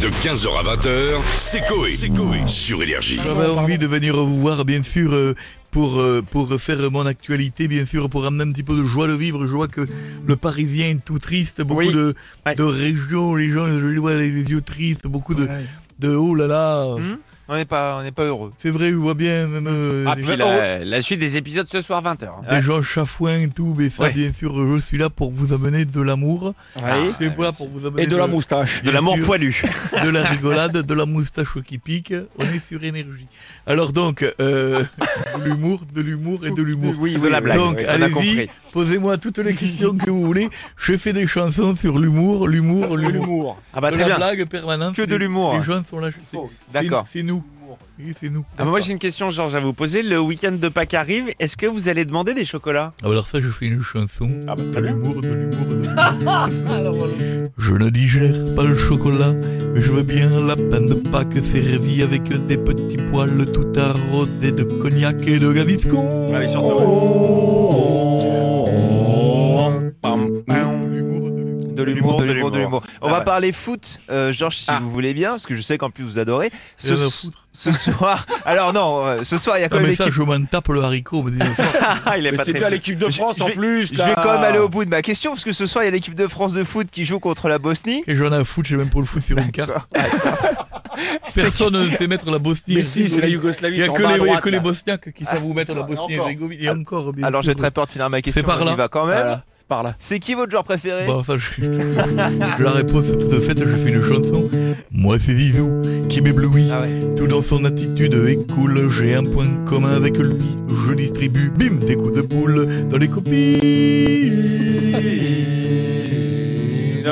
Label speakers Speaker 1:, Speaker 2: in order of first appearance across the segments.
Speaker 1: De 15h à 20h, c'est Coé. Sur Énergie.
Speaker 2: J'avais envie de venir vous voir, bien sûr, euh, pour, euh, pour refaire mon actualité, bien sûr, pour amener un petit peu de joie de vivre. Je vois que le Parisien est tout triste, beaucoup
Speaker 3: Oui.
Speaker 2: de,
Speaker 3: Ouais.
Speaker 2: de régions, les gens, je les vois les yeux tristes, beaucoup de, de oh là là.
Speaker 3: Hmm?
Speaker 4: On n'est pas, on n'est pas heureux.
Speaker 2: C'est vrai, je vois bien, même euh,
Speaker 3: Ah,
Speaker 2: des,
Speaker 3: puis la, la suite des épisodes ce soir 20h.
Speaker 2: des gens chafouins et tout, mais ça,
Speaker 3: Ouais.
Speaker 2: bien sûr, je suis là pour vous amener de l'amour.
Speaker 4: Ah,
Speaker 2: Je suis là pour vous amener
Speaker 5: Et de la moustache.
Speaker 2: bien sûr.
Speaker 3: poilu.
Speaker 2: de la rigolade, de la moustache qui pique, on est sur énergie. Alors donc, euh, de l'humour, de l'humour et de l'humour.
Speaker 3: Oui, de la blague.
Speaker 2: Donc,
Speaker 3: oui, on a
Speaker 2: allez-y,
Speaker 3: compris.
Speaker 2: posez-moi toutes les questions que vous voulez. Je fais des chansons sur l'humour, l'humour, l'humour.
Speaker 3: Ah bah
Speaker 2: de
Speaker 3: très
Speaker 2: la
Speaker 3: bien.
Speaker 2: blague permanente.
Speaker 4: Que de
Speaker 2: Les-
Speaker 4: l'humour.
Speaker 2: Les gens sont là. je sais. C'est-
Speaker 4: D'accord.
Speaker 2: C'est nous. Oui, c'est nous.
Speaker 3: Ah bah moi j'ai une question Georges à vous poser. Le week-end de Pâques arrive. Est-ce que vous allez demander des chocolats
Speaker 2: Ah, Alors ça, je fais une chanson.
Speaker 3: Ah bah
Speaker 2: De l'humour, de l'humour, de l'humour. Je ne digère pas le chocolat, mais je veux bien la pain de Pâques servie avec des petits poils tout arrosés de cognac et de gaviscon.
Speaker 5: Ah,
Speaker 3: Allez, chante.
Speaker 4: Oh.
Speaker 2: Oh.
Speaker 5: Oh,
Speaker 2: De l'humour, de l'humour.
Speaker 4: De l'humour, de l'humour, de l'humour. On
Speaker 3: Ah
Speaker 4: va
Speaker 3: ouais.
Speaker 4: parler foot, euh, Georges, si
Speaker 3: Ah.
Speaker 4: vous voulez bien, parce que je sais qu'en plus vous adorez. Ce,
Speaker 2: Rien à
Speaker 4: s-
Speaker 2: foutre.
Speaker 4: ce soir, alors non, euh, ce soir il y a quand
Speaker 2: Ah,
Speaker 4: même
Speaker 2: mais ça,
Speaker 4: l'équipe.
Speaker 2: je m'en tape le haricot. mais dis donc,
Speaker 4: Ah, il est
Speaker 5: Mais
Speaker 4: pas
Speaker 5: c'est
Speaker 4: très
Speaker 5: bien
Speaker 4: fou.
Speaker 5: l'équipe de
Speaker 4: Je-
Speaker 5: France
Speaker 4: je
Speaker 5: en
Speaker 4: vais-
Speaker 5: plus.
Speaker 4: Je vais quand même aller au bout de ma question, parce que ce soir il y a l'équipe de France de foot qui joue contre la Bosnie.
Speaker 2: Et j'en ai à foutre, j'ai même pour le foutre sur une carte. Personne ne sait mettre la Bosnie.
Speaker 5: Mais si, c'est la Yougoslavie.
Speaker 2: Il n'y a
Speaker 5: c'est en
Speaker 2: que
Speaker 5: bas à
Speaker 2: les, il y a
Speaker 5: droite,
Speaker 2: que les
Speaker 5: là. Ah,
Speaker 2: Bosniaques qui savent vous mettre la Bosnie et Herzégovine. Et encore, bien
Speaker 4: Alors j'ai
Speaker 2: sûr.
Speaker 4: très peur de finir ma question,
Speaker 2: C'est par
Speaker 4: mais on y
Speaker 2: là.
Speaker 4: va quand même.
Speaker 5: Voilà, c'est par là.
Speaker 4: C'est Bah, qui votre joueur préféré
Speaker 2: Bon, ça, je... je la réponse de fait, je fais une chanson. Moi, c'est Zizou qui m'éblouit.
Speaker 4: Ah ouais.
Speaker 2: Tout dans son attitude est cool. J'ai un point commun avec lui. Je distribue, bim, des coups de boule dans les copies.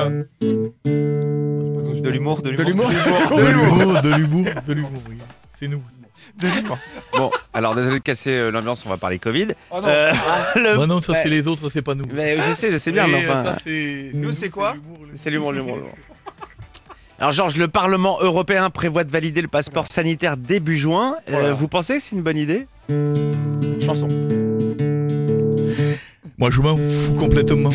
Speaker 4: De l'humour, de
Speaker 5: De l'humour.
Speaker 4: l'humour.
Speaker 2: De l'humour, de l'humour, de l'humour. oui. C'est nous.
Speaker 3: Bon, alors désolé de casser euh, l'ambiance, on va parler Covid.
Speaker 4: Oh non.
Speaker 3: Euh, le-
Speaker 2: Bah non, ça, c'est les autres, c'est pas nous.
Speaker 3: Mais je sais, je sais bien,
Speaker 2: Oui,
Speaker 3: mais enfin.
Speaker 2: ça, c'est-
Speaker 4: Nous, c'est quoi
Speaker 2: l'humour, l'humour.
Speaker 3: C'est l'humour, l'humour, l'humour. Alors Georges, le Parlement européen prévoit de valider le passeport sanitaire début juin. Euh, vous pensez que c'est une bonne idée
Speaker 5: Chanson.
Speaker 2: Moi je m'en fous complètement.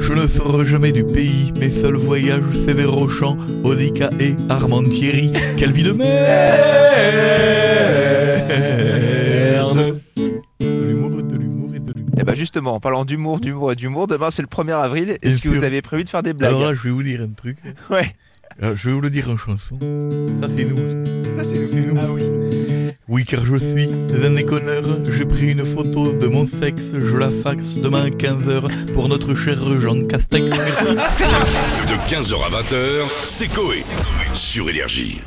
Speaker 2: je ne sors jamais du pays. Mes seuls voyages, c'est vers Auchan, Odica et Armentieri. Quelle vie de merde De l'humour, de l'humour et de l'humour.
Speaker 4: Et bah justement, en parlant d'humour, d'humour et d'humour, demain c'est le 1er avril. Est-ce que
Speaker 2: Bien
Speaker 4: vous
Speaker 2: sûr.
Speaker 4: avez prévu de faire des blagues
Speaker 2: Alors là, je vais vous dire un truc.
Speaker 4: Ouais.
Speaker 2: Alors, je vais vous le dire en chanson. Ça, c'est nous.
Speaker 4: Ça c'est nous. Ah oui.
Speaker 2: Oui, car je suis un déconneur. J'ai pris une photo de mon sexe. Je la faxe demain à 15h pour notre cher Jean Castex. Merci.
Speaker 1: De 15h à 20h, c'est Coé. Sur Énergie.